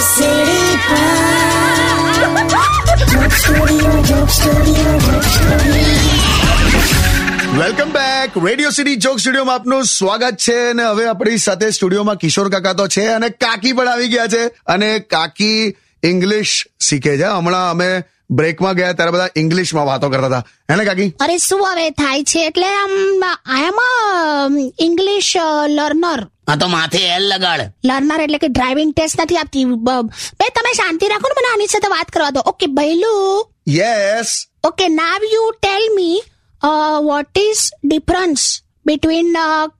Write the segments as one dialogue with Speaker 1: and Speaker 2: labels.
Speaker 1: સીડી
Speaker 2: welcome back radio city joke સ્ટુડિયોમાં આપનું સ્વાગત છે અને હવે આપણી સાથે સ્ટુડિયોમાં કિશોર કાકા તો છે અને કાકી પણ આવી ગયા છે અને કાકી ઇંગ્લિશ શીખે છે હમણાં અમે બ્રેકમાં ગયા ત્યારે બધા ઇંગ્લિશમાં વાતો કરતા હતા હેને કાકી
Speaker 3: અરે શું હવે થાય છે એટલે આમ I am um, English learner
Speaker 4: હા તો માથે એલ લગાડ
Speaker 3: લર્નર uh, એટલે કે ડ્રાઇવિંગ ટેસ્ટ નથી આપતી બ- બે તમે શાંતિ રાખો ને મને આની સાથે વાત કરવા દો ઓકે બૈલું
Speaker 2: yes
Speaker 3: okay now you tell me what is difference between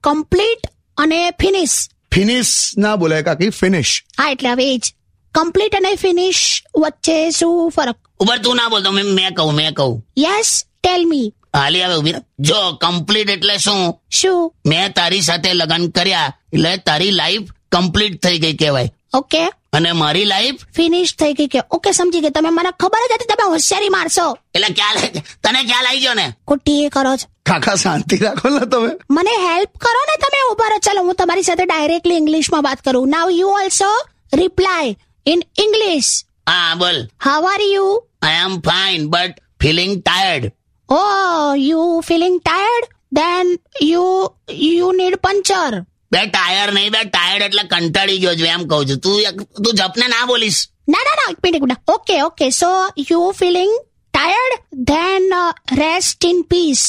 Speaker 3: complete uh, અને ફિનિશ
Speaker 2: ફિનિશ ના બોલાય કાકી ફિનિશ
Speaker 3: હા એટલે હવે એ જ કમ્પ્લીટ અને ફિનિશ વચ્ચે શું ફરક
Speaker 4: ઉપર તું ના બોલતો મેં મેં કહું મેં કહું
Speaker 3: યસ ટેલ મી
Speaker 4: હાલી હવે ઉભી રહે. જો કમ્પ્લીટ એટલે શું
Speaker 3: શું
Speaker 4: મેં તારી સાથે લગ્ન કર્યા એટલે તારી લાઈફ કમ્પ્લીટ થઈ ગઈ કહેવાય
Speaker 3: ઓકે
Speaker 4: અને મારી લાઈફ
Speaker 3: ફિનિશ થઈ ગઈ કે ઓકે સમજી ગઈ તમે મને ખબર જ હતી તમે હોશિયારી મારશો
Speaker 4: એટલે ખ્યાલ તને ખ્યાલ આવી ગયો ને
Speaker 3: ખોટી એ કરો છો
Speaker 2: કાકા શાંતિ રાખો ને તમે
Speaker 3: મને હેલ્પ કરો ને તમે ઉભા રહો ચાલો હું તમારી સાથે ડાયરેક્ટલી ઇંગ્લિશમાં વાત કરું now you also reply in English
Speaker 4: હા બોલ
Speaker 3: how are you
Speaker 4: I am fine but feeling tired
Speaker 3: oh you feeling tired then you you need puncture
Speaker 4: બે ટાયર નહીં બે ટાયર્ડ એટલે કંટાળી ગયો છું એમ કહું છું તું એક- તું જપને ના બોલીશ
Speaker 3: ના ના ના એક મિનિટ ગુડા okay okay so you feeling tired then rest in peace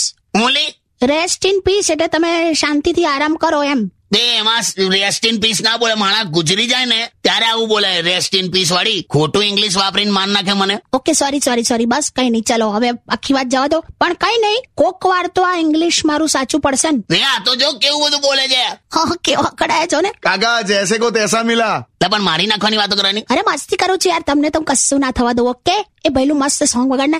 Speaker 4: ઓલી
Speaker 3: રેસ્ટ ઇન પીસ એટલે તમે શાંતિથી આરામ કરો એમ
Speaker 4: તે એમાં રેસ્ટ ઇન પીસ ના બોલે માણસ ગુજરી જાય ને ત્યારે આવું બોલે રેસ્ટ ઇન પીસ વાળી ખોટું ઇંગ્લિશ વાપરીને માર નાખે મને
Speaker 3: ઓકે સોરી સોરી સોરી બસ કઈ નહીં ચલો હવે આખી વાત જવા દો પણ કઈ નહીં કોક વાર તો આ ઇંગ્લિશ મારું સાચું પડશે ને
Speaker 4: રે આ તો જો કેવું બધું બોલે છે એટલે
Speaker 3: હા કેવા કડાયા છો ને
Speaker 2: કાકા જૈસે કો તૈસા મિલા
Speaker 4: પણ મારી નાખવાની વાતો કરવાની
Speaker 3: અરે મસ્તી કરું છું યાર તમને તો કશું ના થવા દો ઓકે એ ભઈલું મસ્ત સોંગ વગાડને